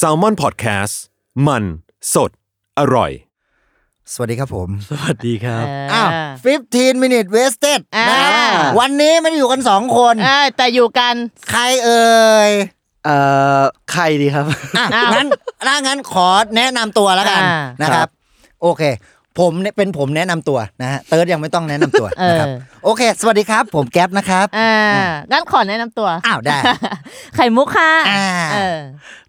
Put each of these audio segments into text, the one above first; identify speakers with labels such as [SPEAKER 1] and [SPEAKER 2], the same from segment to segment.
[SPEAKER 1] s a l m o n PODCAST มันสดอร่อย
[SPEAKER 2] สวัสดีครับผม
[SPEAKER 3] สวัสดีครับ
[SPEAKER 2] อ้าว15 minute wasted นะครับ
[SPEAKER 4] อ่า
[SPEAKER 2] วันนี้ไม่ได้อยู่กันสองคน
[SPEAKER 4] เออแต่อยู่กัน
[SPEAKER 2] ใครเอ่ย
[SPEAKER 3] เอ่อ ใครดีครับ
[SPEAKER 2] อ่ะ
[SPEAKER 4] อ้าว
[SPEAKER 2] งั้นถ้างั้นขอแนะนำตัวแล้วกัน
[SPEAKER 4] อ่า
[SPEAKER 2] นะครับ โอเค ผมเนี่ยเป็นผมแนะนำตัวนะฮะ เติร์ดยังไม่ต้องแนะนำตัว
[SPEAKER 4] เอ
[SPEAKER 2] นะ
[SPEAKER 4] อ
[SPEAKER 2] ครับ โอเค สวัสดีครับ ผมแก๊ปนะครับ
[SPEAKER 4] อ่างั้นขอแนะนำตัว
[SPEAKER 2] อ้าวได้
[SPEAKER 4] ไข่มุกค่ะ
[SPEAKER 2] อ่า
[SPEAKER 4] เออ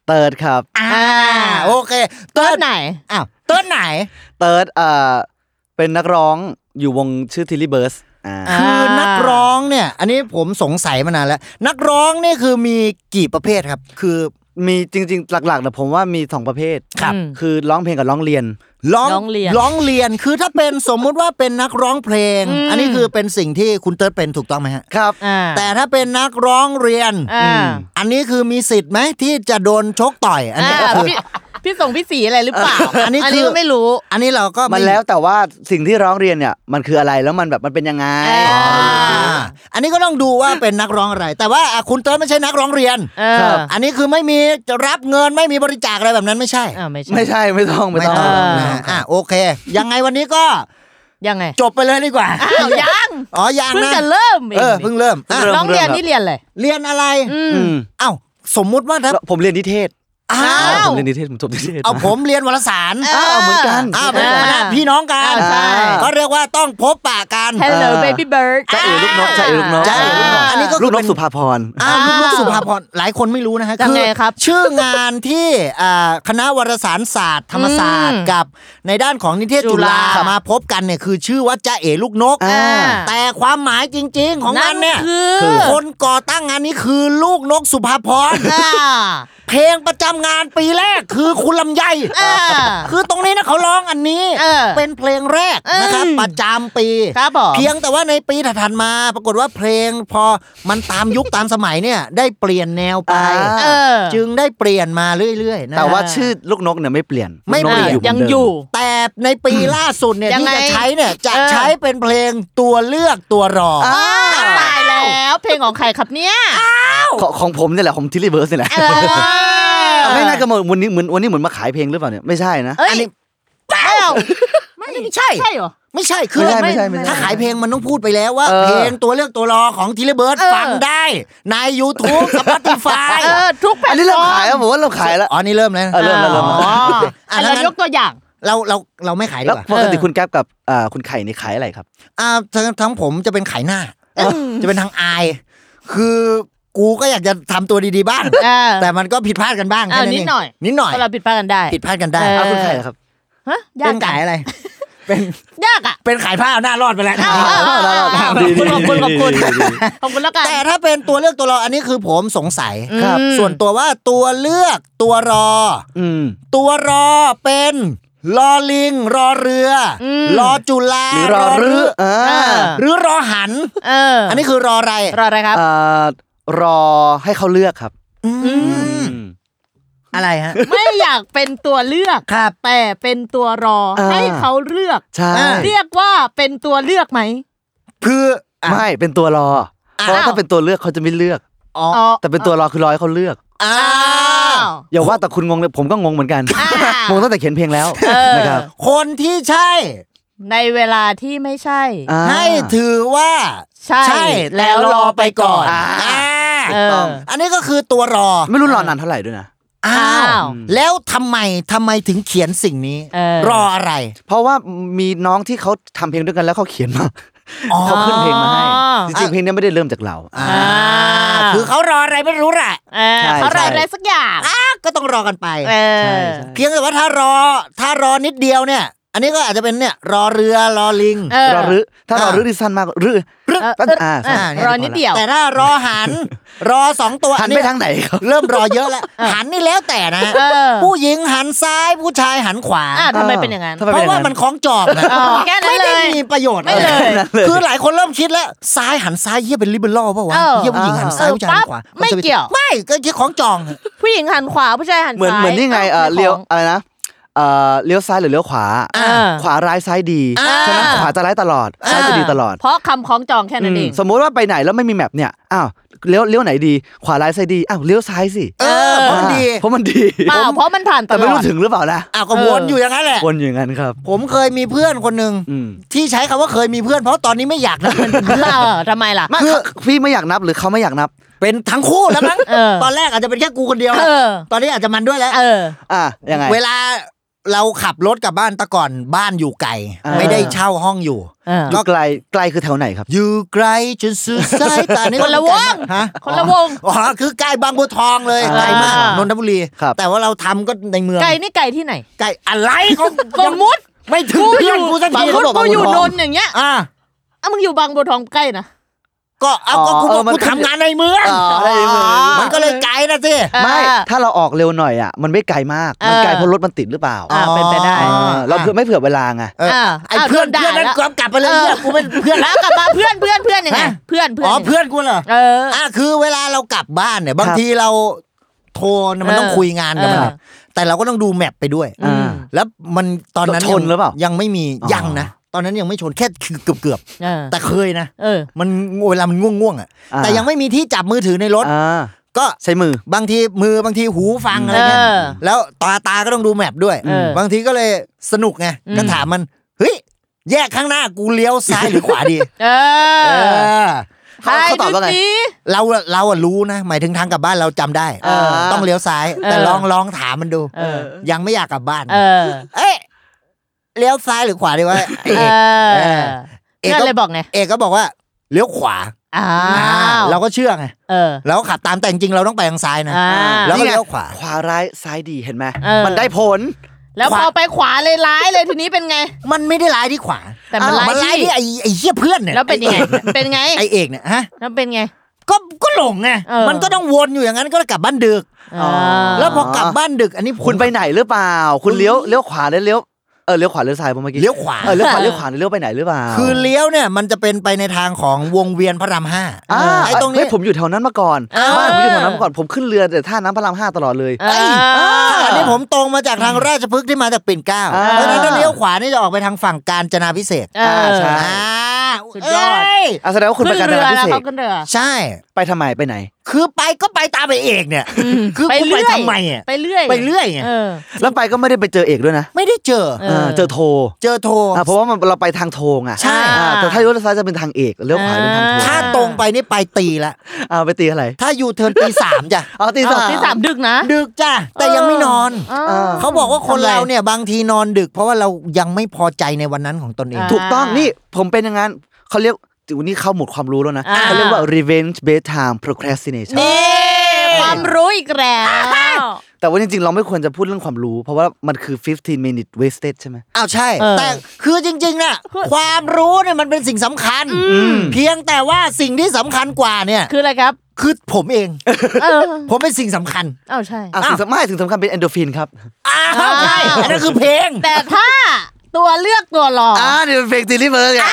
[SPEAKER 3] เติร์ดครับ
[SPEAKER 2] อ่า
[SPEAKER 4] อ่า
[SPEAKER 2] โอเค
[SPEAKER 4] เต้
[SPEAKER 2] เติร์
[SPEAKER 4] น
[SPEAKER 2] ด
[SPEAKER 4] ไหน
[SPEAKER 2] อ้าวเติร์ดไหน
[SPEAKER 3] เติร์ดเอ่อ เป็นนักร้องอยู่วงชื่อทิลลี่เบิร์สอ่า
[SPEAKER 4] อ่า
[SPEAKER 2] คือนักร้องเนี่ย อันนี้ผมสงสัยมานานแล้ว นักร้องนี่คือมีกี่ประเภทครับ คือ
[SPEAKER 3] มีจริง ๆ หลักๆนะผมว่ามีสองประเภท
[SPEAKER 4] ครับอืม
[SPEAKER 3] คือร้องเพลงกับร้องเรียน
[SPEAKER 2] ร้อง
[SPEAKER 4] ร้องเรียน
[SPEAKER 2] ร้องเรียนคือถ้าเป็นสมมุติว่าเป็นนักร้องเพลง
[SPEAKER 4] อืม
[SPEAKER 2] อันนี้คือเป็นสิ่งที่คุณเติร์ดเป็นถูกต้องไหมฮะ
[SPEAKER 3] ครับ
[SPEAKER 4] อ่า
[SPEAKER 2] แต่ถ้าเป็นนักร้องเรียน
[SPEAKER 4] อ่า
[SPEAKER 2] อันนี้คือมีสิทธิ์ไหมที่จะโดนชกต่อย อันนี้ก็
[SPEAKER 4] อ่า
[SPEAKER 2] คือ
[SPEAKER 4] พี่พี่ส่งพี่สีอะไรหรือเปล่า
[SPEAKER 2] อันนี้คืออั
[SPEAKER 4] ก็ไม่รู้
[SPEAKER 2] อันนี้เราก็ไ
[SPEAKER 3] มันแล้วแต่ว่าสิ่งที่ร้องเรียนเนี่ย มันคืออะไรแล้วมันแบบมันเป็นยังไง
[SPEAKER 4] เอ
[SPEAKER 2] อ
[SPEAKER 4] อ
[SPEAKER 2] ่าอันนี้ก็ต้องดูว่าเป็นนักร้องอะไร แต่ว่าอ่ะคุณเติร์ดไม่ใช่นักร้องเรียน
[SPEAKER 4] เอ
[SPEAKER 3] ครั
[SPEAKER 4] อบ
[SPEAKER 2] อันนี้คือไม่มีจะรับเงินไม่มีบริจาคอะไรแบบนั้นไม่ใช่
[SPEAKER 4] อ่าไม่ใช่
[SPEAKER 3] ไม่ใช่ไม่ต้องไม่
[SPEAKER 2] ไม่
[SPEAKER 3] ต้อง
[SPEAKER 2] ต้อง
[SPEAKER 4] เออ
[SPEAKER 2] นะฮะอ่ะโอเค ยังไงวันนี้ก็
[SPEAKER 4] ยังไง
[SPEAKER 2] จบไปเลยดีกว่า
[SPEAKER 4] อ้าวยัง
[SPEAKER 2] อ๋อยัง
[SPEAKER 4] เพิ่ง
[SPEAKER 2] นะ
[SPEAKER 4] จะเริ่มเอ
[SPEAKER 2] เออง เพิ่งเริ่มอ่ะ
[SPEAKER 4] น้องเรียนนี่เรียนเลย
[SPEAKER 2] เรียนอะไร
[SPEAKER 4] อืม
[SPEAKER 3] อืม
[SPEAKER 2] เอ้าสมมุติว่าถ้า
[SPEAKER 3] แล้วผมเรียนนิเทศ
[SPEAKER 2] อ้า
[SPEAKER 4] อ้
[SPEAKER 2] ว
[SPEAKER 3] ผมเรียนนิเทศผมจบนิเทศ
[SPEAKER 2] เอาผมเรียนวารสาร
[SPEAKER 4] อ้าวเหมือนกัน
[SPEAKER 2] อ้าวเป็น
[SPEAKER 4] อ่า
[SPEAKER 2] คณะพี่น้องกั
[SPEAKER 4] อ่าน ใช่
[SPEAKER 2] ก็เรียกว่าต้องพบปะกัน
[SPEAKER 4] Hello baby bird
[SPEAKER 3] จ่าเอ๋ลูกน้องจ่าเอ๋ลูกน้อง
[SPEAKER 2] จ่าเอ๋ลูกน้องอันนี้ก็คือ
[SPEAKER 3] ลูกน้อ
[SPEAKER 2] เป็
[SPEAKER 3] ง
[SPEAKER 2] น
[SPEAKER 3] สุภาพร
[SPEAKER 2] อ้าวลูกๆสุภาพรหลายคนไม่รู้นะฮะ
[SPEAKER 4] ยังไงครับ
[SPEAKER 2] ชื่องานที่อ่าคณะวารสารศาสตร์ ธรรมศาสตร์
[SPEAKER 4] อืม
[SPEAKER 2] กับในด้านของนิเทศจุฬา
[SPEAKER 4] จุฬาม
[SPEAKER 2] มาพบกันเนี่ยคือชื่อว่าจ้าเอ๋ลูกนก
[SPEAKER 3] อ่า
[SPEAKER 2] แต่ความหมายจริง ๆ ของมันเนี่ย
[SPEAKER 4] คือ
[SPEAKER 2] คนก่อตั้งงานนี้คือลูกนกสุภาพร
[SPEAKER 4] อ่า
[SPEAKER 2] เพลงประจำงานปีแรกคือคุณลำไย
[SPEAKER 4] อ่า
[SPEAKER 2] คือตรงนี้นะเขาร้องอันนี้
[SPEAKER 4] เออ
[SPEAKER 2] เป็นเพลงแรกนะครับ
[SPEAKER 4] อืม
[SPEAKER 2] ประจำปี
[SPEAKER 4] ครับผม
[SPEAKER 2] เพียงแต่ว่าในปีถัดๆมา ปรากฏว่าเพลงพอมันตามยุค ตามสมัยเนี่ย ได้เปลี่ยนแนวไป
[SPEAKER 3] อ่า
[SPEAKER 4] เออ
[SPEAKER 2] จึงได้เปลี่ยนมาเรื่อยๆนะ
[SPEAKER 3] แต่ว่าชื่อลูกนกเนี่ยไม่เปลี่ยน
[SPEAKER 2] ไม่เปลี่ยน
[SPEAKER 3] ลูกก
[SPEAKER 4] ยัง
[SPEAKER 3] หมืดิม
[SPEAKER 4] อยู่
[SPEAKER 2] แต่ในปีล่าสุดเนี่ย
[SPEAKER 4] ยัง
[SPEAKER 2] ที่
[SPEAKER 4] ไง
[SPEAKER 2] จะใช้เนี่ยจะ
[SPEAKER 4] เออ
[SPEAKER 2] ใช้เป็นเพลงตัวเลือกตัวรอง
[SPEAKER 3] อ้าว
[SPEAKER 4] ตายแล้ว เพลงของใครครับเนี่ย
[SPEAKER 3] ของของผมเนี่ยแหละของทิลลี่เบิร์สเนี่ยแหละ
[SPEAKER 4] เออ
[SPEAKER 3] ไม่น่าจะมาวันนี้เหมือนวันนี้เหมือนมาขายเพลงหรือเปล่าเนี่ยไม่ใช่นะ
[SPEAKER 4] เอ้ยเปล่า
[SPEAKER 2] ไม่ใช่
[SPEAKER 4] ใช่เหรอ
[SPEAKER 2] ไม่ใช่คือ
[SPEAKER 3] ไม่ใช่ไม่ใช่ไม่ใช่
[SPEAKER 2] ถ้าขายเพลงมันต้องพูดไปแล้วว่า
[SPEAKER 3] เออ
[SPEAKER 2] เพลงตัวเลือกตัวรองของทีเลเบิร์ด
[SPEAKER 4] เออ
[SPEAKER 2] ฟังได้ใน YouTube Spotify
[SPEAKER 4] เออทุกแพล
[SPEAKER 3] อัน
[SPEAKER 4] ต
[SPEAKER 3] นี้
[SPEAKER 4] ฟ
[SPEAKER 3] เรา
[SPEAKER 4] อร์ม
[SPEAKER 3] ขายแล้วผมว่าเราขายแล้ว
[SPEAKER 2] อ๋อนี่เริ่มแล้วนะ
[SPEAKER 3] เออเริ่มแล้วเริ่มแล้ว
[SPEAKER 2] อ๋ออ่ะ
[SPEAKER 4] อัน
[SPEAKER 2] ถ้า
[SPEAKER 4] เรา
[SPEAKER 2] งั้น
[SPEAKER 4] ยกตัวอย่าง
[SPEAKER 2] เราเราเราไม่ขายดี
[SPEAKER 3] แล้ว
[SPEAKER 2] กว่า
[SPEAKER 3] ปกติ
[SPEAKER 4] เออ
[SPEAKER 3] คุณแก๊ปกับอ่าคุณไข่นี่ขายอะไรครับ
[SPEAKER 2] อ่าทั้งทั้งผมจะเป็นขายหน้า จะเป็นทางอาย คือกูก็อยากจะทำตัวดีๆบ้าง
[SPEAKER 4] เออ
[SPEAKER 2] แต่มันก็ผิดพลาดกันบ้าง
[SPEAKER 4] เออ
[SPEAKER 2] แค่
[SPEAKER 4] นิด
[SPEAKER 2] เง
[SPEAKER 4] หน่อย
[SPEAKER 2] นิดหน่อย
[SPEAKER 4] เราผิดพลาดกันได้
[SPEAKER 2] ผิดพลาดกันได้
[SPEAKER 4] เออ
[SPEAKER 3] อ้าวคุณไข่เหรอครับ
[SPEAKER 4] ฮะยา
[SPEAKER 2] เป็น
[SPEAKER 4] กจัง
[SPEAKER 2] ขายอะไร เป็น
[SPEAKER 4] ยากอ่ะ
[SPEAKER 2] เป็นขายผ้าเอาหน้ารอดไปแล้ว
[SPEAKER 4] เออเออเออเออ
[SPEAKER 3] ดีดี
[SPEAKER 4] ขอบคุณขอบคุณ
[SPEAKER 3] ดีดี
[SPEAKER 4] ขอบคุณแล้วกัน
[SPEAKER 2] แต่ถ้าเป็นตัวเลือกตัวรออันนี้คือผมสงสัย
[SPEAKER 4] ครับ
[SPEAKER 2] ส่วนตัวว่าตัวเลือกตัวรอ
[SPEAKER 3] อืม
[SPEAKER 2] ตัวรอเป็นลอลิง รอเรืออ
[SPEAKER 4] ม
[SPEAKER 2] รอจุฬา
[SPEAKER 3] หรือรอรื้ออ่า
[SPEAKER 4] เออ
[SPEAKER 2] หรือรอหัน
[SPEAKER 4] เออ
[SPEAKER 2] อั
[SPEAKER 4] อั
[SPEAKER 2] นนี้คือรออะไร
[SPEAKER 4] รออะไรครับ
[SPEAKER 3] อ่ารอให้เขาเลือกครับ
[SPEAKER 2] มอะไรฮะ
[SPEAKER 4] ไม่อยากเป็นตัวเลือก
[SPEAKER 2] ครับ
[SPEAKER 4] แต่เป็นตัวรอให้เขาเลือก
[SPEAKER 3] ใช่
[SPEAKER 2] อ่า
[SPEAKER 4] เรียกว่าเป็นตัวเลือกไหม
[SPEAKER 2] คืออ่ะ
[SPEAKER 3] ไม่เป็นตัวรอเพราะ
[SPEAKER 4] อ้าว
[SPEAKER 3] ถ้าเป็นตัวเลือกเขาจะไม่เลือก
[SPEAKER 2] อ๋อ
[SPEAKER 4] อ๋อ
[SPEAKER 3] แต่เป็นตัวรอคือรอให้เขาเลือก
[SPEAKER 2] อ้า
[SPEAKER 4] อ้าว ว
[SPEAKER 3] อย่าว่าแต่คุณงงเลยผมก็งงเหมือนกัน
[SPEAKER 4] อ่าง
[SPEAKER 3] งตั้งแต่เขียนเพลงแล้ว
[SPEAKER 4] เออ
[SPEAKER 3] นะครับ
[SPEAKER 2] คนที่ใช่
[SPEAKER 4] ในเวลาที่ไม่ใช่
[SPEAKER 3] อ่า
[SPEAKER 2] ให้ถือว่า
[SPEAKER 4] ใช่
[SPEAKER 2] ใช่แล้วรอไปก่อน
[SPEAKER 3] อ่า
[SPEAKER 2] อ่า
[SPEAKER 4] เอ
[SPEAKER 3] ถูกต้
[SPEAKER 4] อ
[SPEAKER 3] อง
[SPEAKER 2] อันนี้ก็คือตัวรอ
[SPEAKER 3] ไม่รู้รอนานเท่าไหร่ด้วยนะ
[SPEAKER 2] อ้า
[SPEAKER 4] อ้าว ว
[SPEAKER 2] แล้วทำไมทำไมถึงเขียนสิ่งนี้
[SPEAKER 4] เออ
[SPEAKER 2] รออะไร
[SPEAKER 3] เพราะว่ามีน้องที่เขาทำเพลงด้วยกันแล้วเขาเขียนมา
[SPEAKER 2] อ๋อ
[SPEAKER 3] เขาขึ้นเพลงมาให้
[SPEAKER 4] อ๋อ
[SPEAKER 3] จริงๆเพลงเนี้ยไม่ได้เริ่มจากเรา
[SPEAKER 2] อ่า
[SPEAKER 4] อ่า
[SPEAKER 2] คือเขารออะไรไม่รู้แหละ
[SPEAKER 4] เออ
[SPEAKER 3] ใช่
[SPEAKER 4] เขารอ
[SPEAKER 3] ใช่
[SPEAKER 4] อะไรสักอย่าง
[SPEAKER 2] อ่ะก็ต้องรอกันไป
[SPEAKER 4] เอ
[SPEAKER 3] ใช่
[SPEAKER 4] อ
[SPEAKER 3] ใช่
[SPEAKER 2] เพียงแต่ว่าถ้ารอถ้ารอนิดเดียวเนี่ย อันนี้ก็อาจจะเป็นเนี่ยรอเรือรอลิง
[SPEAKER 4] เออ
[SPEAKER 3] รอรึถ้ารอรึที่สั้นมากรึรึ
[SPEAKER 4] เออ
[SPEAKER 3] ตั้นอ่า
[SPEAKER 4] เออ
[SPEAKER 3] สั้น
[SPEAKER 4] รอนิดเดียว
[SPEAKER 2] แต่ถ้ารอหั น รอสองตัว
[SPEAKER 3] หันไป
[SPEAKER 2] เย
[SPEAKER 3] ทางไหนครับ
[SPEAKER 2] เริ่มรอเยอะแล้วหันนี่แล้วแต่นะ
[SPEAKER 4] เออ
[SPEAKER 2] ผู้หญิงหันซ้ายผู้ชายหันขวา
[SPEAKER 4] อ่ะทำไมเป็นอย่างนั้น
[SPEAKER 3] ทำไ
[SPEAKER 2] เพราะว่ามันคล้องจอบนะ
[SPEAKER 4] อ๋อแค่นั้น
[SPEAKER 2] ไม่ได้
[SPEAKER 4] เลย
[SPEAKER 2] มีประโยชน์
[SPEAKER 4] ไม่เลย
[SPEAKER 2] อะไรคือหลายคนเริ่มคิดแล้วซ้ายหันซ้ายเฮียเป็นลิเบอรัลป่าวะ
[SPEAKER 4] เออ
[SPEAKER 2] เฮียผู้หญิงหันซ้าย
[SPEAKER 4] เออ
[SPEAKER 2] ผู้ชายหันขวา
[SPEAKER 4] ปั๊บไม่เกี่ยว
[SPEAKER 2] ไม่ก็คิดของจอง
[SPEAKER 4] ผู้หญิงหันขวาผู้ชายหันซ้าย
[SPEAKER 3] เหมือนเหมือนนี่ไงเออเลี้ยวอะไรนะเออเลี้ยวซ้ายหรือเลี้ยวขวา
[SPEAKER 4] เออ
[SPEAKER 3] ขวาร้ายซ้ายดี
[SPEAKER 2] อ่า
[SPEAKER 3] ใช่ไหมขวาจะร้ายตลอดซ้ายจะดีตลอด
[SPEAKER 4] เพราะคำคล้องจองแค่นั้นเอง
[SPEAKER 3] อืมสมมุติว่าไปไหนแล้วไม่มีแมปเนี่ยอ้าวเลี้ยวเลี้ยวไหนดี ขวาร้ายซ้ายดีอ้าวเลี้ยวซ้ายสิ
[SPEAKER 2] เออเพราะมันดี
[SPEAKER 3] เพราะมันดี
[SPEAKER 4] เปล่าเพราะมันผ่านต
[SPEAKER 3] แต่
[SPEAKER 4] ล
[SPEAKER 3] ไม่
[SPEAKER 4] อ
[SPEAKER 3] รู้
[SPEAKER 4] ด
[SPEAKER 3] ถึงหรือเปล่านะ
[SPEAKER 2] อ้าวก็
[SPEAKER 4] เออ
[SPEAKER 2] วนอยู่อย่างนั้นแหละ
[SPEAKER 3] วนอยู่อย่างนั้นครับ
[SPEAKER 2] ผมเคยมีเพื่อนคนหนึ่ง
[SPEAKER 3] อืม
[SPEAKER 2] ที่ใช้คำว่าเคยมีเพื่อน เพราะตอนนี้ไม่อยากนะมันเป็นเพื่อน
[SPEAKER 4] เออทำไมล่ะ
[SPEAKER 3] ไม่
[SPEAKER 2] คือ
[SPEAKER 3] พี่ไม่อยากนับหรือเขาไม่อยากนับ
[SPEAKER 2] เป็นทั้งคู่แล้วมั้ง
[SPEAKER 4] เออ
[SPEAKER 2] ตอนแรกอาจจะเป็นแค่กูคนเดียว
[SPEAKER 4] เออ
[SPEAKER 2] ตอนนี้อาจจะมันด้วยแล้ว
[SPEAKER 4] เออ
[SPEAKER 3] อ่ะยังไง
[SPEAKER 2] เวลาเราขับรถกลับบ้านแต่ก่อนบ้านอยู่ไกล
[SPEAKER 3] เออ
[SPEAKER 2] ไม่ได้เช่าห้องอยู่
[SPEAKER 4] เออ
[SPEAKER 3] อยู่ไกลไกลคือแถวไหนครับ
[SPEAKER 2] อยู่ไกลจนสุดสายตานี่
[SPEAKER 4] คนละวง
[SPEAKER 2] ฮะ
[SPEAKER 4] คนละวง
[SPEAKER 2] อ๋อคือไกลบางบัวทองเลย
[SPEAKER 3] อ่า
[SPEAKER 2] ไกลมากนนทบุรี
[SPEAKER 3] ครับ
[SPEAKER 2] แต่ว่าเราทำก็ในเมือง
[SPEAKER 4] ไก่นี่ไก่ที่ไหน
[SPEAKER 2] ไกลอะไรเขา
[SPEAKER 4] สมมุติ
[SPEAKER 2] ไม่ถึง
[SPEAKER 4] กูอ
[SPEAKER 2] เพื่อน
[SPEAKER 4] ยู่
[SPEAKER 2] กูสัก
[SPEAKER 4] สม
[SPEAKER 2] ที
[SPEAKER 4] ม
[SPEAKER 2] เขา
[SPEAKER 4] ติ
[SPEAKER 2] บอก
[SPEAKER 4] กู
[SPEAKER 2] ว่า
[SPEAKER 4] อยู่นนท์อย่างเงี้ย
[SPEAKER 2] อ่ะ
[SPEAKER 4] อ่ะมึงอยู่บางบัวทองใกล้นะ
[SPEAKER 2] ก็เอาก็กู
[SPEAKER 3] อ๋อเอ
[SPEAKER 2] บอก
[SPEAKER 3] อมัน
[SPEAKER 2] กูทำงานในเมือง
[SPEAKER 3] อ๋อในเมือง
[SPEAKER 2] มันก็เลยไกลนะสิ
[SPEAKER 4] เออ
[SPEAKER 3] ไม่ถ้าเราออกเร็วหน่อยอ่ะมันไม่ไกลมากมันไกลเพราะรถมันติดหรือเปล่า
[SPEAKER 4] อ่ะเป็นไปได้
[SPEAKER 3] เออเราเพื่อไม่เผื่อเวลาไง
[SPEAKER 2] เออ
[SPEAKER 4] เออ
[SPEAKER 2] ไอ้เพื่อน
[SPEAKER 4] เอาโดนด่า
[SPEAKER 2] เพื่อนนั้นก
[SPEAKER 4] แล้ว
[SPEAKER 2] ลับกลับไปเลย
[SPEAKER 4] เออ
[SPEAKER 2] เนี่ยกูเป็นเพื่อน
[SPEAKER 4] แล้วกลับมาเพื่อนเพื่อนเพื่อนยังไงเพื่อนเพื่อน
[SPEAKER 2] อ๋อ
[SPEAKER 4] ยังไง
[SPEAKER 2] เพื่อนกูเหรอ
[SPEAKER 4] เออ
[SPEAKER 2] อ่ะคือเวลาเรากลับบ้านเนี่ยบาง
[SPEAKER 3] ครับ
[SPEAKER 2] ทีเราโทรเนี่ยมัน
[SPEAKER 4] เออ
[SPEAKER 2] ต้องคุยงานกับมัน
[SPEAKER 4] เออ
[SPEAKER 2] แต่เราก็ต้องดูแมปไปด้วย
[SPEAKER 3] อ่า
[SPEAKER 2] แล้วมันตอนนั้น
[SPEAKER 3] ชน
[SPEAKER 2] ยัง
[SPEAKER 3] หรือเปล่ายั
[SPEAKER 2] ยังไม่มี
[SPEAKER 3] อ๋อ
[SPEAKER 2] ยังนะตอนนั้นยังไม่ชนแค่คือเกือบเกือบ
[SPEAKER 4] เออ
[SPEAKER 2] ๆแต่เคยนะ
[SPEAKER 4] เออ
[SPEAKER 2] มันเวลามันง่วงๆอ่ะ
[SPEAKER 3] อ่า
[SPEAKER 2] แต่ยังไม่มีที่จับมือถือในรถ
[SPEAKER 3] อ่า
[SPEAKER 2] ก็
[SPEAKER 3] ใช้มือ
[SPEAKER 2] บางทีมือบางทีหูฟังอะไรเงี้ย
[SPEAKER 4] เออ
[SPEAKER 2] แล้วตาตาก็ต้องดูแมปด้วย
[SPEAKER 4] เออบ
[SPEAKER 2] างทีก็เลยสนุกไง
[SPEAKER 4] อืม
[SPEAKER 2] ก็ถามมันเฮ้ยแยกข้างหน้ากูเลี้ยวซ้ายหรือขวาดี
[SPEAKER 4] เอ
[SPEAKER 2] เอ
[SPEAKER 4] อ
[SPEAKER 2] อ
[SPEAKER 3] เขาเขาตอบว่าไง
[SPEAKER 4] ดูสิ
[SPEAKER 2] เราอะเราอะรู้นะ หมายถึงทางกลับบ้านเราจำได้
[SPEAKER 3] เออ
[SPEAKER 2] ต้องเลี้ยวซ้าย
[SPEAKER 4] เออ
[SPEAKER 2] แต่ลองลองถามมันดู
[SPEAKER 4] เออ
[SPEAKER 2] ยังไม่อยากกลับบ้าน
[SPEAKER 4] เออ
[SPEAKER 2] เอ้ยเลี้ยวซ้ายหรือขวา ดีวะเอ
[SPEAKER 4] เอก อ
[SPEAKER 2] เอก
[SPEAKER 4] เพื่อน
[SPEAKER 2] ก็
[SPEAKER 4] เลยบอกไง
[SPEAKER 2] เอกก็บอกว่าเลี้ยวขวา
[SPEAKER 4] อ้า
[SPEAKER 2] อ่าวเราก็เชื่อไง
[SPEAKER 4] เออ
[SPEAKER 2] เราก็ขับตามแต่จริงๆเราต้องไปทางซ้ายนะ
[SPEAKER 4] อ่า
[SPEAKER 2] แล้วก็เลี้ยวขวา
[SPEAKER 3] ขวาร้ายซ้ายดีเห็นไหม
[SPEAKER 4] เออ
[SPEAKER 3] มันได้ผล
[SPEAKER 4] แล้ว
[SPEAKER 2] ขวา
[SPEAKER 4] พอไปขวาเลยร้ายเลยทีนี้เป็นไง
[SPEAKER 2] มันไม่ได้ร้ายที่ขวา
[SPEAKER 4] แต่มัน
[SPEAKER 2] อ้ว
[SPEAKER 4] ร้ายที่
[SPEAKER 2] ที่ไอ้ไอ้เหี้ยเพื่อนเนี่ย
[SPEAKER 4] แล้วเป็นยังไง เป็นไง
[SPEAKER 2] ไอ้เอกเนี่ยฮะ
[SPEAKER 4] แล้วเป็นไง
[SPEAKER 2] ก็ก็หลงไง
[SPEAKER 4] เออ
[SPEAKER 2] มันก็ต้องวนอยู่อย่างนั้นก็กลับบ้านดึก
[SPEAKER 3] อ๋อ
[SPEAKER 4] เ
[SPEAKER 2] แล้วพอกลับบ้านดึก อันนี้ผม
[SPEAKER 3] คุณไปไหนหรือเปล่า คุณเลี้ยวเลี้ยวขวาหรือเลี้ยวเออเลี้ยวขวาเลี้ยวซ้ายผมเมื่อกี้
[SPEAKER 2] เลี้ยวขวา
[SPEAKER 3] เออเลี้ยวขวาเลี้ยวขวาหรือเลี้ยวไปไหนหรือเปล่า
[SPEAKER 2] คือเลี้ยวเนี่ยมันจะเป็นไปในทางของวงเวียนพระรามห้า
[SPEAKER 3] อ่า
[SPEAKER 2] ไอ้ตรง
[SPEAKER 3] เฮ้
[SPEAKER 2] นี้
[SPEAKER 3] ยผมอยู่แถวนั้นมาก่อน
[SPEAKER 4] อ้าว
[SPEAKER 3] บ้านผมอยู่แถวนั้นมาก่อนผมขึ้นเรือแต่ท่าน้ำพระรามห้าตลอดเลย
[SPEAKER 4] เออ
[SPEAKER 2] อันนี้ผมตรงมาจากทางราชพฤกษ์ที่มาจากปิ่นเกล้า
[SPEAKER 3] อ่า
[SPEAKER 2] เพราะฉะนั้นถ้าเลี้ยวขวานี่จะออกไปทางฝั่งกาญจนาพิเศษ
[SPEAKER 4] เออ
[SPEAKER 3] ใช่
[SPEAKER 2] อ่า
[SPEAKER 4] สุดยอด
[SPEAKER 2] เย
[SPEAKER 3] อ่ะแสดงว่าคุณ
[SPEAKER 4] ขึ้
[SPEAKER 3] ไป
[SPEAKER 4] น
[SPEAKER 3] การ
[SPEAKER 4] เรือ
[SPEAKER 3] พิ
[SPEAKER 4] แล้ว
[SPEAKER 3] เศ
[SPEAKER 4] เขา
[SPEAKER 3] ษ
[SPEAKER 4] ขึ้นเรือ
[SPEAKER 2] ใช่
[SPEAKER 3] ไปทำไมไปไหน
[SPEAKER 2] คือไปก็ไปตามไปเอกเนี่ย คือ
[SPEAKER 4] ไป
[SPEAKER 2] กู
[SPEAKER 4] เรื่
[SPEAKER 2] ไป
[SPEAKER 4] อย
[SPEAKER 2] ทำไมอ่ะ
[SPEAKER 4] ไปเรื่อย
[SPEAKER 2] ไปเรื่อยไง
[SPEAKER 4] เออ
[SPEAKER 3] แล้วไปก็ไม่ได้ไปเจอเอกด้วยนะ
[SPEAKER 2] ไม่ได้เจอ
[SPEAKER 4] เออ
[SPEAKER 3] าเจอโท
[SPEAKER 2] เจอโทร
[SPEAKER 3] อ่ะเพราะว่ามันเราไปทางโทไง
[SPEAKER 2] ใช่
[SPEAKER 3] อ่าแต่ถ้าเลี้ยวซ้ายจะเป็นทางเอกเลี้ยวขวาเป็นทางโท
[SPEAKER 4] อ่
[SPEAKER 2] ถ้าตรงไปนี่ไปตีละ
[SPEAKER 3] อ่าไปตีอะไร
[SPEAKER 2] ถ้าอยู่เทิร์นตีสามจ้ะ
[SPEAKER 3] อ๋อตีสาม
[SPEAKER 4] อ้าวตีสามดึกนะ
[SPEAKER 2] ดึกจ้ะ แต่ยังไม่นอน
[SPEAKER 4] เออ
[SPEAKER 3] เออ
[SPEAKER 2] เขาบอกว่าคน
[SPEAKER 4] ทำไร
[SPEAKER 2] เราเนี่ยบางทีนอนดึก เพราะว่าเรายังไม่พอใจในวันนั้นของตนเอง
[SPEAKER 4] อ่า
[SPEAKER 3] ถูกต้องนี่ผมเป็นอย่างนั้นเขาเรียกวันนี้เข้าหมวดความรู้แล้วนะ
[SPEAKER 4] อ่า
[SPEAKER 3] เขาเรียกว่า revenge bedtime procrastination
[SPEAKER 4] นี่ความรู้อีกแล้ว
[SPEAKER 3] แต่ว่าจริงๆ เราไม่ควรจะพูดเรื่องความรู้ เพราะว่ามันคือ 15 minute wasted ใช่ไหม
[SPEAKER 2] อ้าวใช่
[SPEAKER 4] เออ
[SPEAKER 2] แต่คือจริงๆน่ะความรู้เนี่ยมันเป็นสิ่งสำคัญ
[SPEAKER 3] ม
[SPEAKER 2] เพียงแต่ว่าสิ่งที่สำคัญกว่าเนี่ย
[SPEAKER 4] คืออะไรครับ
[SPEAKER 2] คือผมเอง
[SPEAKER 4] เออ
[SPEAKER 2] ผมเป็นสิ่งสำคัญ
[SPEAKER 4] เอ้าใช่
[SPEAKER 3] อ่ะสิ่งสำคัญไม่สิ่งสำคัญเป็น endorphin ครับ
[SPEAKER 2] อ้าวใช่
[SPEAKER 4] อ้าว
[SPEAKER 2] อันนั้นคือเพลง
[SPEAKER 4] แต่ถ้าตัวเลือกตัวรอง
[SPEAKER 3] อ่านี่เป็น fake deliver ไง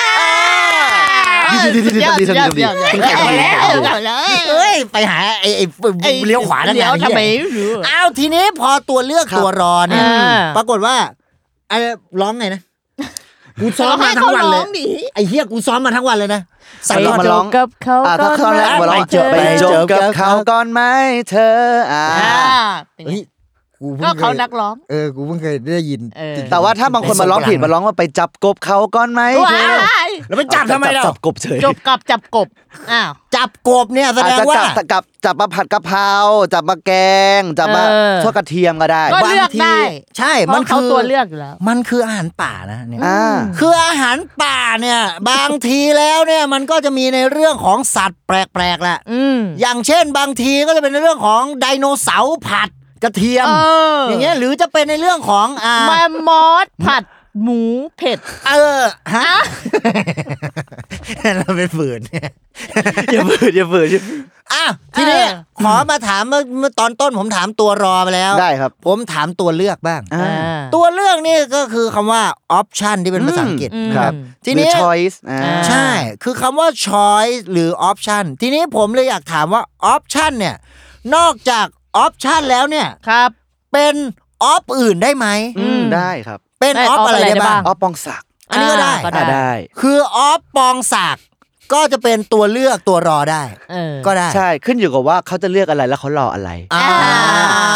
[SPEAKER 3] ดีดีดีดี
[SPEAKER 4] สุยอ
[SPEAKER 3] ดีดี
[SPEAKER 4] สุยอ
[SPEAKER 3] ดี
[SPEAKER 4] สุ
[SPEAKER 3] ดี
[SPEAKER 4] ยอด
[SPEAKER 3] ดี
[SPEAKER 4] เออเอาแล้ว
[SPEAKER 2] เอ้ยไปหาไอ้ไอ้
[SPEAKER 4] ไอ้
[SPEAKER 2] เลี้ยวขวานั่น
[SPEAKER 4] เลี้ยว
[SPEAKER 2] ง
[SPEAKER 4] ทำไม
[SPEAKER 2] เนี่ย
[SPEAKER 4] ไม่รู้
[SPEAKER 2] อ้าวทีนี้พอตัวเลือก
[SPEAKER 3] ครับ
[SPEAKER 2] ตัวรอเนี่ย
[SPEAKER 4] อ่า
[SPEAKER 2] ปรากฏว่าไอ้ร้องไง นะกูซ้อมมาทั้งวันเลย
[SPEAKER 4] ให้ขาร้อดิ
[SPEAKER 2] ไอ้เฮียกูซ้อมมาทั้งวันเลยนะสัก
[SPEAKER 3] ไป
[SPEAKER 2] รอบ
[SPEAKER 3] มา
[SPEAKER 2] จะ
[SPEAKER 3] ร้อง
[SPEAKER 4] กับเขา
[SPEAKER 3] อ่ะถ้า
[SPEAKER 4] ก็
[SPEAKER 3] เขาแล้วมาลอง
[SPEAKER 2] เจอ
[SPEAKER 3] ไปเจ
[SPEAKER 2] ไป
[SPEAKER 3] อ
[SPEAKER 2] เจอกั
[SPEAKER 3] กับบ เขา
[SPEAKER 2] เขา
[SPEAKER 3] ก่อนไหมเธออ่า
[SPEAKER 4] อ่าเป็นไง
[SPEAKER 2] เฮ้ยกูเพิ่
[SPEAKER 4] ก็
[SPEAKER 2] ง
[SPEAKER 4] เขา
[SPEAKER 2] เคย
[SPEAKER 4] นักร้อง
[SPEAKER 2] เออกูเพิ่งเคยได้ยิน
[SPEAKER 4] เออ
[SPEAKER 2] จริๆ
[SPEAKER 3] แต่ว่าถ้าบางคนมาร้องผิดมาร้องว่าไปจับกบเขาก่อนไหมเธอ
[SPEAKER 4] ว้าย
[SPEAKER 2] แล้วมันจับทำไมเรา
[SPEAKER 3] จับกบเฉย
[SPEAKER 4] จบกับจับกบอ้าว
[SPEAKER 2] จับกบเนี่ยแส
[SPEAKER 3] อาจ
[SPEAKER 2] ดง
[SPEAKER 3] จะ
[SPEAKER 2] ว่า
[SPEAKER 3] จับจับจับมาผัดกะเพราจับมาแกง จับมา
[SPEAKER 4] เออ
[SPEAKER 3] ทอดกระเทียมก็ได้
[SPEAKER 4] ก็เลือกได้
[SPEAKER 2] บางทีใช่
[SPEAKER 4] เพ
[SPEAKER 2] มัน
[SPEAKER 4] ราะเขา
[SPEAKER 2] คือ
[SPEAKER 4] ตัวเลือกอยู่แล้ว
[SPEAKER 2] มันคืออาหารป่านะเนี่ย
[SPEAKER 3] อ่า
[SPEAKER 2] คืออาหารป่าเนี่ย บางทีแล้วเนี่ยมันก็จะมีในเรื่องของสัตว์แปลกๆแหละ
[SPEAKER 4] อืม
[SPEAKER 2] อย่างเช่น บางทีก็จะเป็นในเรื่องของไดโนเสาร์ผัดกระเทียม
[SPEAKER 4] เออ
[SPEAKER 2] อย่างเงี้ยหรือจะเป็นในเรื่องของอ่า
[SPEAKER 4] แมมมอสผัด หมูเผ็ด
[SPEAKER 2] เออฮะ เราเป็นฝืน
[SPEAKER 3] อย่าเบื่ออย่าเบื่ออย่า
[SPEAKER 2] อ่ะทีนี้
[SPEAKER 4] เออ
[SPEAKER 2] ขอมาถามเมื่อเมื่อตอนต้นผมถามตัวรอไปแล้ว
[SPEAKER 3] ได้ครับ
[SPEAKER 2] ผมถามตัวเลือกบ้าง
[SPEAKER 3] อ่า
[SPEAKER 2] ตัวเลือกนี่ก็คือคำว่า option ที่เป็นภาษาอังกฤษ
[SPEAKER 4] อืม
[SPEAKER 3] ครับ
[SPEAKER 2] ที
[SPEAKER 3] หรือ
[SPEAKER 2] นี้
[SPEAKER 3] choice อ่า
[SPEAKER 2] ใช่ คือคำว่า choice หรือ option ทีนี้ผมเลยอยากถามว่า option เนี่ย นอกจาก option แล้วเนี่ย
[SPEAKER 4] ครับ
[SPEAKER 2] เป็น op อื่นได้ไหม
[SPEAKER 3] อืมได้ครับ
[SPEAKER 2] เป็น
[SPEAKER 4] ได้
[SPEAKER 2] op
[SPEAKER 4] op
[SPEAKER 2] อะไร
[SPEAKER 4] อะไร
[SPEAKER 2] ได้
[SPEAKER 4] ได้
[SPEAKER 2] บ้า
[SPEAKER 4] บ้าง ง
[SPEAKER 3] อ๋อปองศักดิ์
[SPEAKER 2] อันนี้ก็ได้
[SPEAKER 4] ก็
[SPEAKER 3] อ่า
[SPEAKER 4] ได้
[SPEAKER 3] ได้
[SPEAKER 2] คือ op ปองศักดิ์ก็จะเป็นตัวเลือกตัวรอได้
[SPEAKER 4] เออ
[SPEAKER 2] ก็ได้
[SPEAKER 3] ใช่ขึ้นอยู่กับว่าเขาจะเลือกอะไรแล้วเขารออะไร
[SPEAKER 2] อ่า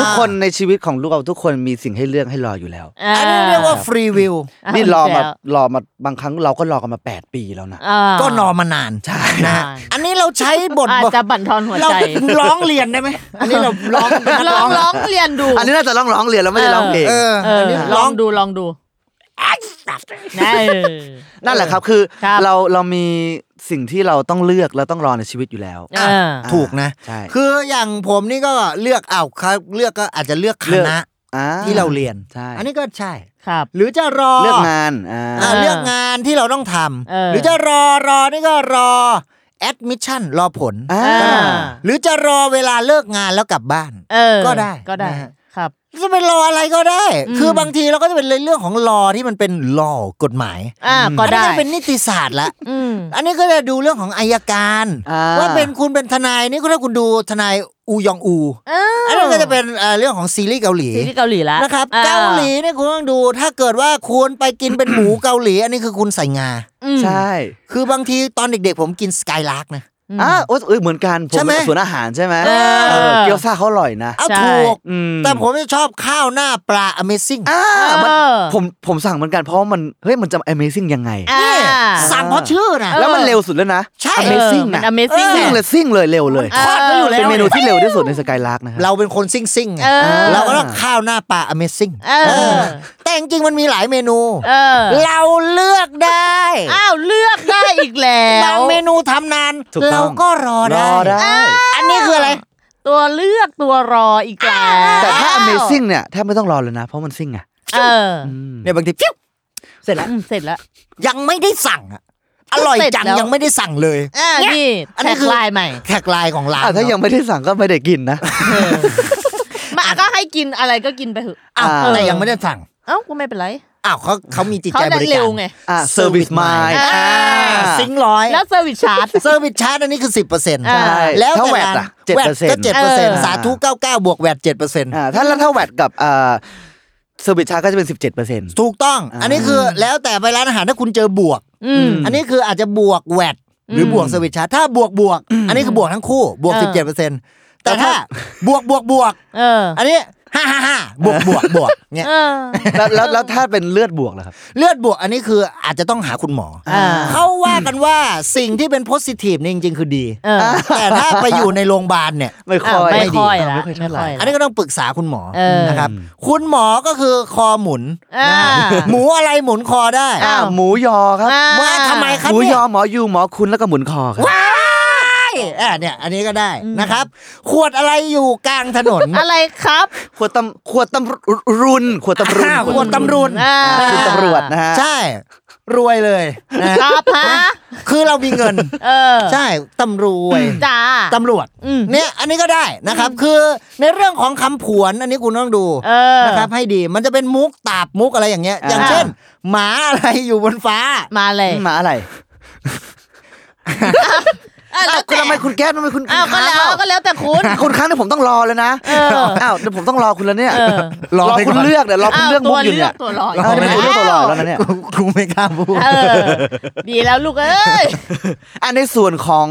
[SPEAKER 3] ทุกคนในชีวิตของลูกเราทุกคนมีสิ่งให้เลือกให้รออยู่แล้ว
[SPEAKER 2] อันนี้เรียกว่า free will
[SPEAKER 4] อ่า
[SPEAKER 3] นี่รอมา
[SPEAKER 4] แล้ว
[SPEAKER 3] รอมาบางครั้งเราก็รอกันมา 8 ปีแล้วนะ
[SPEAKER 4] อ่า
[SPEAKER 2] ก็นอนมานานใช่นะ
[SPEAKER 4] นาน
[SPEAKER 2] อันนี้เราใช้บท
[SPEAKER 4] อาจ
[SPEAKER 2] บท
[SPEAKER 4] จะบั่นทอนหัว
[SPEAKER 2] เรา
[SPEAKER 4] ใจ
[SPEAKER 2] ร้องเรียนได้ไหมอันนี้เราร้องเป็นนัก
[SPEAKER 4] ล
[SPEAKER 2] ร้
[SPEAKER 4] อ
[SPEAKER 2] อง
[SPEAKER 4] งร้องเรียนดู
[SPEAKER 3] อันนี้น่าจะร้องร้องเรียนแล้วไม่ได้ร้องเพลง
[SPEAKER 2] เออ
[SPEAKER 4] เอ
[SPEAKER 2] อัน
[SPEAKER 4] อ
[SPEAKER 2] นี้
[SPEAKER 4] ล
[SPEAKER 2] ร้
[SPEAKER 4] อ
[SPEAKER 2] อง
[SPEAKER 4] งดูลองดูนะเออ
[SPEAKER 3] นั่นแหละครับคือ
[SPEAKER 4] ครับ
[SPEAKER 3] เราเรามีสิ่งที่เราต้องเลือกและต้องรอในชีวิตอยู่แล้ว
[SPEAKER 4] เออ
[SPEAKER 2] ถูกนะ
[SPEAKER 3] ใช่
[SPEAKER 2] คืออย่างผมนี่ก็เลือกเอาครับเลือกก็อาจจะเลือกค
[SPEAKER 3] เลือก
[SPEAKER 2] ณะ
[SPEAKER 3] อ่
[SPEAKER 2] ที่เราเรียน
[SPEAKER 3] ใช่
[SPEAKER 2] อันนี้ก็ใช่
[SPEAKER 4] ครับ
[SPEAKER 2] หรือจะรอ
[SPEAKER 3] เลือกงานอ่า
[SPEAKER 2] อ่าเลือกงานที่เราต้องทำ
[SPEAKER 4] เออ
[SPEAKER 2] หรือจะรอรอนี่ก็รอ admission รอผล
[SPEAKER 3] อ่า
[SPEAKER 4] อ่า
[SPEAKER 2] หรือจะรอเวลาเลิกงานแล้วกลับบ้าน
[SPEAKER 4] เออ
[SPEAKER 2] ก็ได้
[SPEAKER 4] ก็ได้
[SPEAKER 2] นะฮะ
[SPEAKER 4] ครับ
[SPEAKER 2] จะเป็นรออะไรก็ได้
[SPEAKER 4] อืม
[SPEAKER 2] คือบางทีเราก็จะเป็นเรื่องของรอที่มันเป็นรอกฎหมาย
[SPEAKER 4] อ่าก็
[SPEAKER 2] อั
[SPEAKER 4] ได้
[SPEAKER 2] นนี้เป็นนิติศาสตร์ละ
[SPEAKER 4] อืม
[SPEAKER 2] อันนี้ก็จะดูเรื่องของอายการ
[SPEAKER 3] อ่า
[SPEAKER 2] ว่าเป็นคุณเป็นทนายนี่ก็ถ้าคุณดูทนายอูยองอู
[SPEAKER 4] อ้าว
[SPEAKER 2] อันนั้นก็จะเป็นเอ่อเรื่องของซีรีส์เกาหลี
[SPEAKER 4] ซีรีส์เกาหลีแล้ว
[SPEAKER 2] นะครับ
[SPEAKER 4] อ่
[SPEAKER 2] เกาหลีเนี่ยคุณต้องดู ถ้าเกิดว่าคุณไปกินเป็น หมูเกาหลีอันนี้คือคุณใส่งา
[SPEAKER 4] อืม
[SPEAKER 3] ใช่
[SPEAKER 2] คือบางทีตอนเด็กๆ ผมกินสกายลาร์กนะ
[SPEAKER 4] อืม
[SPEAKER 3] อ่าโอ้ยเหมือนกันผม
[SPEAKER 2] ใช่ไหม
[SPEAKER 3] สวนอาหารใช่ไหม
[SPEAKER 4] เออ
[SPEAKER 3] เออเกี๊ยวซ่าเขาอร่อยนะ
[SPEAKER 2] เอา
[SPEAKER 4] ใช่
[SPEAKER 2] ถูก
[SPEAKER 3] อืม
[SPEAKER 2] แต่ผมจะชอบข้าวหน้าปลา Amazing
[SPEAKER 3] อ่ามัน
[SPEAKER 4] เออ
[SPEAKER 3] ผมผมสั่งเหมือนกันเพราะว่ามันเฮ้ยมันจะ amazing ยังไง
[SPEAKER 4] อ่า
[SPEAKER 2] นี่สั่งเพราะชื่อนะ
[SPEAKER 4] เออ
[SPEAKER 3] แล้วมันเร็วสุดแล้วนะ
[SPEAKER 2] ใช่
[SPEAKER 3] amazing
[SPEAKER 4] เออมัน
[SPEAKER 3] นะ
[SPEAKER 4] amazing
[SPEAKER 3] ซิ่งเลยซิ่งเลยเร็วเลย
[SPEAKER 4] เออ
[SPEAKER 2] ทอดไว้อยู่แล้ว
[SPEAKER 3] เป็นเมนูที่เร็วที่สุดในสกายลักนะค
[SPEAKER 2] เรา
[SPEAKER 3] รับ
[SPEAKER 2] เป็นคนซิ่งๆไง
[SPEAKER 4] เออ
[SPEAKER 2] เราก็ต้องข้าวหน้าปลา Amazing
[SPEAKER 4] เออ
[SPEAKER 2] เออแต่จริงๆมันมีหลายเมนู
[SPEAKER 4] เออ
[SPEAKER 2] เราเลือกได้
[SPEAKER 4] อ้าวเลือกได้อีกแล้ว
[SPEAKER 2] บางเมนูทำนาน
[SPEAKER 3] ถูกต้อง
[SPEAKER 2] เราก็รอ
[SPEAKER 3] ร
[SPEAKER 2] ได้
[SPEAKER 3] อได้
[SPEAKER 2] อันนี้คืออะไร
[SPEAKER 4] ตัวเลือกตัวรออีกแล้ว
[SPEAKER 3] แต่ถ้า amazing เนี่ยแทบไม่ต้องรอเลยนะ เพราะมันซิ่งอะ
[SPEAKER 4] เออ
[SPEAKER 2] เนี่ยบางทีพิ้วเสร็จแล้ว
[SPEAKER 4] อืมเสร็จแล้ว
[SPEAKER 2] ยังไม่ได้สั่งอะอร่อย
[SPEAKER 4] เสร็จ
[SPEAKER 2] จัง
[SPEAKER 4] แล้ว
[SPEAKER 2] ยังไม่ได้สั่งเลย
[SPEAKER 4] อ่านี่
[SPEAKER 2] อัน
[SPEAKER 4] แท็
[SPEAKER 2] นี้
[SPEAKER 4] ก
[SPEAKER 2] คือ
[SPEAKER 4] ไลน์ใหม่
[SPEAKER 2] แท็กไลน์ของร้าน
[SPEAKER 3] อ่ะถ้ายังไม่ได้สั่งก็ไม่ได้กินนะ
[SPEAKER 4] เออ มาก็ให้กินอะไรก็กินไปเถอะ
[SPEAKER 2] อ้าว
[SPEAKER 3] อ่า
[SPEAKER 2] แต่ยังไม่ได้สั่ง
[SPEAKER 4] เอ้ากูไม่เป็นไร
[SPEAKER 2] อ้าวเขาเขามีจิต
[SPEAKER 4] เขา
[SPEAKER 2] ใจบ
[SPEAKER 4] ดัน
[SPEAKER 2] ริ
[SPEAKER 4] เร็
[SPEAKER 2] กาว ร
[SPEAKER 4] ไง
[SPEAKER 3] อ่ะ service mind
[SPEAKER 4] อ่า
[SPEAKER 2] ซิงค์ร้อย
[SPEAKER 4] แล้วเซอร์วิสชาร์จ
[SPEAKER 2] เซอร์วิสชาร์จอันนี้คือสิบเปอร์เซ็นต์
[SPEAKER 4] ใช่
[SPEAKER 2] แล้ว
[SPEAKER 3] ถ้าแวด
[SPEAKER 2] ต่ร้น
[SPEAKER 3] อะ7%
[SPEAKER 2] แวดก็เจ็ดเปอร์เซ็นต์
[SPEAKER 4] เออ
[SPEAKER 2] สาธุเก้าเก้าบวกแวดเจ็ดเปอร์เซ็นต์
[SPEAKER 3] อ่าถ้าแล้วถ้าแวดกับอ่า service charge ก็จะเป็น 17เปอร์เซ็นต์
[SPEAKER 2] ถูกต้อง อันนี้คือแล้วแต่ไปร้านอาหารถ้าคุณเจอบวก
[SPEAKER 4] อืม
[SPEAKER 2] อันนี้คืออาจจะบวกแวดหรือบวกเซอร์วิสชาร์จถ้าบวกบวก อันนี้คือบวกทั้งคู่บวก
[SPEAKER 4] เออ
[SPEAKER 2] สิบเจ็ดเปอร์เซ็นต์แต่ถ้าบวกบวกบวก
[SPEAKER 4] เออ
[SPEAKER 2] อันนี้ห้าห้าห้าบวกบวกบวกเนี่ย
[SPEAKER 4] เออ
[SPEAKER 3] แล้วแล้วแล้วถ้าเป็นเลือดบวกล่ะครับ
[SPEAKER 2] เลือดบวกอันนี้คืออาจจะต้องหาคุณหมออา เขาว่ากันว่าสิ่งที่เป็นโพสิทีฟนี่ยจริง ๆ คือดี
[SPEAKER 4] เออ
[SPEAKER 2] แต่ถ้าไปอยู่ในโรงพยาบาลเนี่ย
[SPEAKER 3] ไม่ค่อย
[SPEAKER 4] อ่ะไม่ค่อย
[SPEAKER 3] ดี
[SPEAKER 4] ละ
[SPEAKER 3] ไม่ค่อยเท่าไหร่
[SPEAKER 4] ไม่ค่ย
[SPEAKER 2] อันนี้ก็ต้องปรึกษาคุณหมอ
[SPEAKER 4] เออ
[SPEAKER 2] นะครับ คุณหมอก็คือคอหมุน
[SPEAKER 4] อ่า
[SPEAKER 2] หมูอะไรหมุนคอได้
[SPEAKER 3] อ่าหมูยอครับ
[SPEAKER 4] อ่า
[SPEAKER 2] ว่าทำไมครับ
[SPEAKER 3] หมู
[SPEAKER 2] เนี่ย
[SPEAKER 3] ยอหมอยูหมอคุณแล้วก็หมุนคอครับ
[SPEAKER 2] ได้อ่ะเนี่ยอันนี้ก็ได้นะครับ ขวดอะไรอยู่กลางถนน
[SPEAKER 4] อะไรครับ
[SPEAKER 3] ขวดตำขวดตำรุนขวดตำรุน
[SPEAKER 2] อ่าขวดตำรุน
[SPEAKER 4] อ่า
[SPEAKER 3] คุณตำรวจนะฮะ
[SPEAKER 2] ใช่ รวยเลยนะครับ
[SPEAKER 4] ฮะ
[SPEAKER 2] คือเรามีเงิน
[SPEAKER 4] เออ
[SPEAKER 2] ใช่ตำรวจ
[SPEAKER 4] จ้า
[SPEAKER 2] ตำรวจ
[SPEAKER 4] อืม
[SPEAKER 2] เนี่ยอันนี้ก็ได้นะครับ คือในเรื่องของคำผวนอันนี้คุณต้องดู
[SPEAKER 4] เออ
[SPEAKER 2] นะครับให้ดีมันจะเป็นมุกตาบมุกอะไรอย่างเงี้ย
[SPEAKER 3] อ่า
[SPEAKER 2] อย่างเช่น หมาอะไรอยู่บนฟ้า
[SPEAKER 4] มาเลย
[SPEAKER 3] หมาอะไร
[SPEAKER 4] อ่ะ
[SPEAKER 3] อ้า
[SPEAKER 4] แล้ว ว
[SPEAKER 3] คุณ
[SPEAKER 4] แต่
[SPEAKER 3] ทำไมคุณแก้ทำไมคุณ
[SPEAKER 4] อ้าวก็
[SPEAKER 3] ค้าง
[SPEAKER 4] แล้ว
[SPEAKER 3] เปล่า
[SPEAKER 4] ก็แล้วแต่คุณ
[SPEAKER 3] คุณค้างเนี่ยผมต้องรอเลยนะ
[SPEAKER 4] เออ
[SPEAKER 3] อ้าวเดี๋ยวผมต้องรอคุณแล้วเนี่ย
[SPEAKER 4] เออ
[SPEAKER 3] รอคุณเลือกเดี๋ยวรอคุณ
[SPEAKER 4] ว
[SPEAKER 3] เลือกมุ
[SPEAKER 4] ตั
[SPEAKER 3] ก
[SPEAKER 4] ว
[SPEAKER 3] อยู่
[SPEAKER 4] เลื
[SPEAKER 3] เนี่
[SPEAKER 4] อก
[SPEAKER 3] ย
[SPEAKER 4] ตัวรอด
[SPEAKER 3] เออเนี่ยผมเลือกตัวรอแล้วนะเนี่ย
[SPEAKER 2] กูกูไม่กล้าพูด
[SPEAKER 4] เออ ดีแล้วลูกเอ้ย
[SPEAKER 3] อันในส่วนของ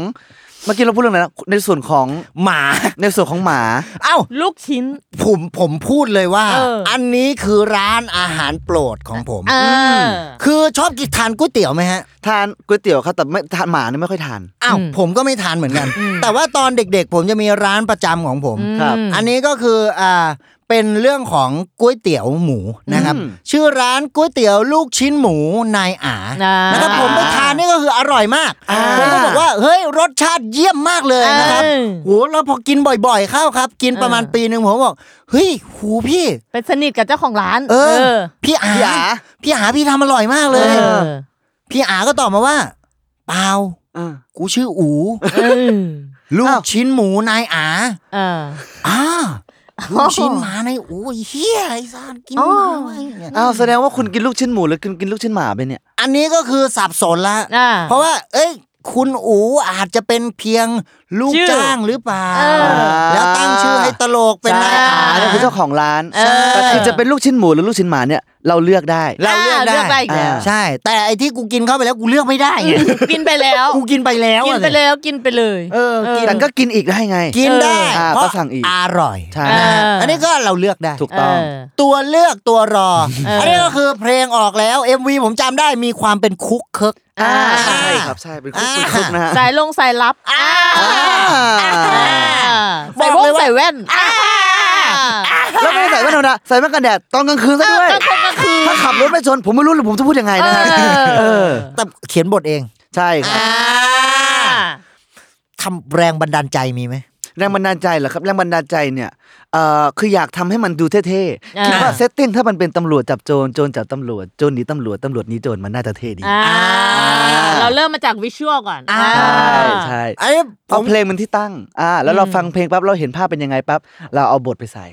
[SPEAKER 3] เมื่อกี้เราพูดเรื่องอะไรนะในส่วนของ
[SPEAKER 2] หมา
[SPEAKER 3] ในส่วนของหมา
[SPEAKER 2] เอ้า
[SPEAKER 4] ลูกชิ้น
[SPEAKER 2] ผมผมพูดเลยว่า
[SPEAKER 4] เอออั
[SPEAKER 2] อันนี้คือร้านอาหารโปรดของผม
[SPEAKER 4] เออ
[SPEAKER 2] คือชอบกินทานก๋วยเตี๋ยวไหมฮะ
[SPEAKER 3] ทานก๋วยเตี๋ยวครับแต่ไม่ทานหมาเนี่ยไม่ค่อยทาน
[SPEAKER 2] อ้าว
[SPEAKER 4] อืม
[SPEAKER 2] ผมก็ไม่ทานเหมือนกัน แต่ว่าตอนเด็กๆ ผมจะมีร้านประจำของผม
[SPEAKER 3] ครับ
[SPEAKER 2] อันนี้ก็คืออ่า เป็นเรื่องของก๋วยเตี๋ยวหมูนะครับ
[SPEAKER 3] อืม
[SPEAKER 2] ชื่อร้านก๋วยเตี๋ยวลูกชิ้นหมูนายอา
[SPEAKER 4] อ่าน
[SPEAKER 2] นะครับผมไปทานนี่ก็คืออร่อยมากผมก็บอกว่าเฮ้ยรสชาติเยี่ยมมากเลยนะครับ
[SPEAKER 4] เออ
[SPEAKER 2] โหแล้วพอกินบ่อยๆเข้าครับ กินประมาณ
[SPEAKER 4] เออ
[SPEAKER 2] ปีหนึ่งผมบอกเฮ้ยหูพี่
[SPEAKER 4] เป็นสนิทกับเจ้าของร้าน
[SPEAKER 2] เออ
[SPEAKER 4] เออ
[SPEAKER 2] พี่อา
[SPEAKER 3] พี่อา
[SPEAKER 2] พี่อาพี่ทำอร่อยมากเลย พี่อาก็ตอบมาว่า เปล่า
[SPEAKER 3] อ่า
[SPEAKER 2] กูชื่ออู
[SPEAKER 4] เออ
[SPEAKER 2] ลูก
[SPEAKER 3] อ้าว
[SPEAKER 2] ชิ้นหมูนายอา
[SPEAKER 4] เออ
[SPEAKER 2] อ่าลูกชิ้นหมาในโอ้ยเฮียไอ้สารกินห
[SPEAKER 4] อ๋
[SPEAKER 2] มา
[SPEAKER 4] อ
[SPEAKER 2] ไว้เนี่ย
[SPEAKER 3] อ้าวแสดงว่าคุณกินลูกชิ้นหมูหรือกินกินลูกชิ้นหมาไปเนี่ย
[SPEAKER 2] อันนี้ก็คือสับสนละ
[SPEAKER 4] อ่า
[SPEAKER 2] เพราะว่า เอ้ย คุณอูอาจจะเป็นเพียงลูก
[SPEAKER 4] ชื่อ
[SPEAKER 2] จ้างหรือเปล่า
[SPEAKER 4] เออ
[SPEAKER 2] แล้วตั้งชื่อให้ตลกเป็นนายอา
[SPEAKER 3] อ่าเนี่ยคือเจ้าของร้าน
[SPEAKER 4] เออ
[SPEAKER 3] แต่คือจะเป็นลูกชิ้นหมูหรือลูกชิ้นหมาเนี่ยเราเลือกได้
[SPEAKER 2] เราเลือก
[SPEAKER 4] อ่าเลือก
[SPEAKER 2] ได้
[SPEAKER 4] ได้อีกแล้ว
[SPEAKER 2] ใช่ แต่ไอ้ที่กูกินเข้าไปแล้วกูเลือกไม่ได้ไง
[SPEAKER 4] กินไปแล้ว
[SPEAKER 2] กูกินไปแล้ว
[SPEAKER 4] กิน
[SPEAKER 2] อะ
[SPEAKER 4] ไปแล้วกินไปเลย
[SPEAKER 3] เออแต่ก็กินอีกได้ไง
[SPEAKER 2] กินได้
[SPEAKER 3] เอออ่า
[SPEAKER 2] เพ
[SPEAKER 3] ก็
[SPEAKER 2] ราะ
[SPEAKER 3] สั่งอีก
[SPEAKER 2] อร่อย
[SPEAKER 3] ใช่
[SPEAKER 2] นะฮะอันนี้ก็เราเลือกได้
[SPEAKER 3] ถูกต้อง
[SPEAKER 4] เออ
[SPEAKER 2] ตัวเลือกตัวรอ
[SPEAKER 4] เอออั
[SPEAKER 2] อันนี้ก็คือเพลงออกแล้ว MV ผมจำได้มีความเป็นคุกเคิก
[SPEAKER 4] อ่า
[SPEAKER 3] ใช่ครับใช่เป็นคุก
[SPEAKER 2] อ่า
[SPEAKER 3] เป็นคุกนะฮะ
[SPEAKER 4] สายลงสายลับอ่า
[SPEAKER 3] อ่า
[SPEAKER 4] ใส่
[SPEAKER 2] บ
[SPEAKER 4] ว
[SPEAKER 2] อก
[SPEAKER 4] ง
[SPEAKER 2] เลยว่า
[SPEAKER 4] ใส่แว่น
[SPEAKER 3] แล้วไม่ได้ใส่แว่นธรรมดาใส่แว่นกันแดดตอนกลางคืนซะด้วยถ้าขับรถไปชนผมไม่รู้หรือผมจะพูดยังไงนะฮะ
[SPEAKER 4] เออ
[SPEAKER 3] เออ
[SPEAKER 2] แต่เขียนบทเอง
[SPEAKER 3] ใช่ครับ
[SPEAKER 2] ทำแรงบันดาลใจมีไหม
[SPEAKER 3] แรงบันดาลใจเหรอครับแรงบันดาลใจเนี่ยเอ่อคืออยากทำให้มันดูเท่
[SPEAKER 4] อ่า
[SPEAKER 3] ๆคิดว่าเซตติ้งถ้ามันเป็นตำรวจจับโจรโจรจับตำรวจโจรหนีตำรวจตำรวจหนีโจรมันน่าจะเท่ดี
[SPEAKER 4] อ่าเราเริ่มมาจากวิชวลก่อน
[SPEAKER 2] อ่า
[SPEAKER 3] ใช่ใช่
[SPEAKER 2] อันนี้ผ
[SPEAKER 3] เอา
[SPEAKER 2] ม
[SPEAKER 3] เพลงมันที่ตั้ง อ่า แล้วเราฟังเพลงปั๊บ เราเห็นภาพเป็นยังไงปั๊บ เราเอาบทไปใส่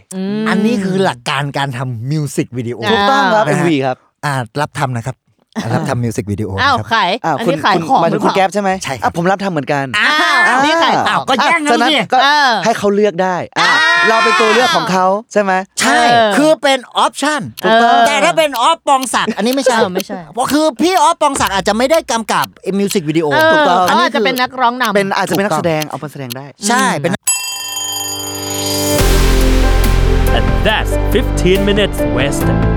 [SPEAKER 2] อันนี้คือหลักการการทำมิวสิกวิดีโอ
[SPEAKER 3] ถูกต้องครับ
[SPEAKER 2] อ่า
[SPEAKER 3] MV ครับ
[SPEAKER 2] อ่ารับทำนะครับอ่ารับทำมิวสิกวิดีโอ
[SPEAKER 4] อ้าว
[SPEAKER 2] นะครับ
[SPEAKER 4] ขาย
[SPEAKER 3] อ่า
[SPEAKER 4] อัน
[SPEAKER 3] คุณ
[SPEAKER 4] นี้ขาย
[SPEAKER 3] คุณ
[SPEAKER 4] ของ
[SPEAKER 3] หมายถึงคุณ
[SPEAKER 4] หรือเปล่า
[SPEAKER 3] แก๊ปใช่ไหม
[SPEAKER 2] ใช่ครับ
[SPEAKER 3] อ่ะผมรับทำเหมือนกัน
[SPEAKER 4] อ้าวอันนี้ขายของ
[SPEAKER 2] อ้าวก็แย่ง
[SPEAKER 3] ฉะ
[SPEAKER 2] กัน
[SPEAKER 3] นั้น
[SPEAKER 2] สิ
[SPEAKER 3] ก็
[SPEAKER 4] เออ
[SPEAKER 3] ให้เขาเลือกได้อ่ะ
[SPEAKER 4] อ่า
[SPEAKER 3] เราเป็นตัวเลือกของเขาใช่ไหม
[SPEAKER 2] ใช่
[SPEAKER 4] เออ
[SPEAKER 2] คือเป็นออปชั่น
[SPEAKER 4] ถูกต้อง
[SPEAKER 2] แต่ถ้าเป็นออฟปองศักดิ์อันนี้ไม่ใช่
[SPEAKER 4] เออไม่ใช่
[SPEAKER 2] เพราะคือพี่ออฟปองศักดิ์อาจจะไม่ได้กำกับมิวสิกวิดีโอ
[SPEAKER 4] เออเขาอาจจะเป็นนักร้องนำ
[SPEAKER 3] เป็นอาจจะเป็นนั
[SPEAKER 2] ถู
[SPEAKER 3] ก
[SPEAKER 2] กต้
[SPEAKER 3] แส
[SPEAKER 2] อง
[SPEAKER 3] ดง เอามาแสดงได้
[SPEAKER 2] ใช่เป็น
[SPEAKER 5] And that's 15 minutes west.